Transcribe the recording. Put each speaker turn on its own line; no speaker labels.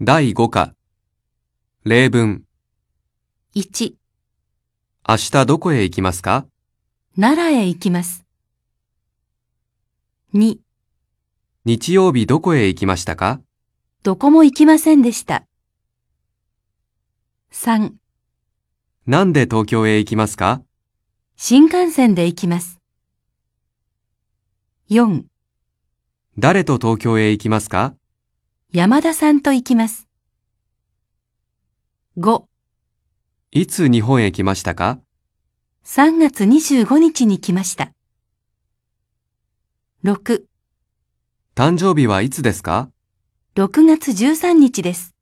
第5課。例文。
1、
明日どこへ行きますか
奈良へ行きます。2、
日曜日どこへ行きましたか
どこも行きませんでした。3、
なんで東京へ行きますか
新幹線で行きます。4、
誰と東京へ行きますか
山田さんと行きます。5、
いつ日本へ来ましたか
3月25日に来ました。6、
誕生日はいつですか
6月13日です。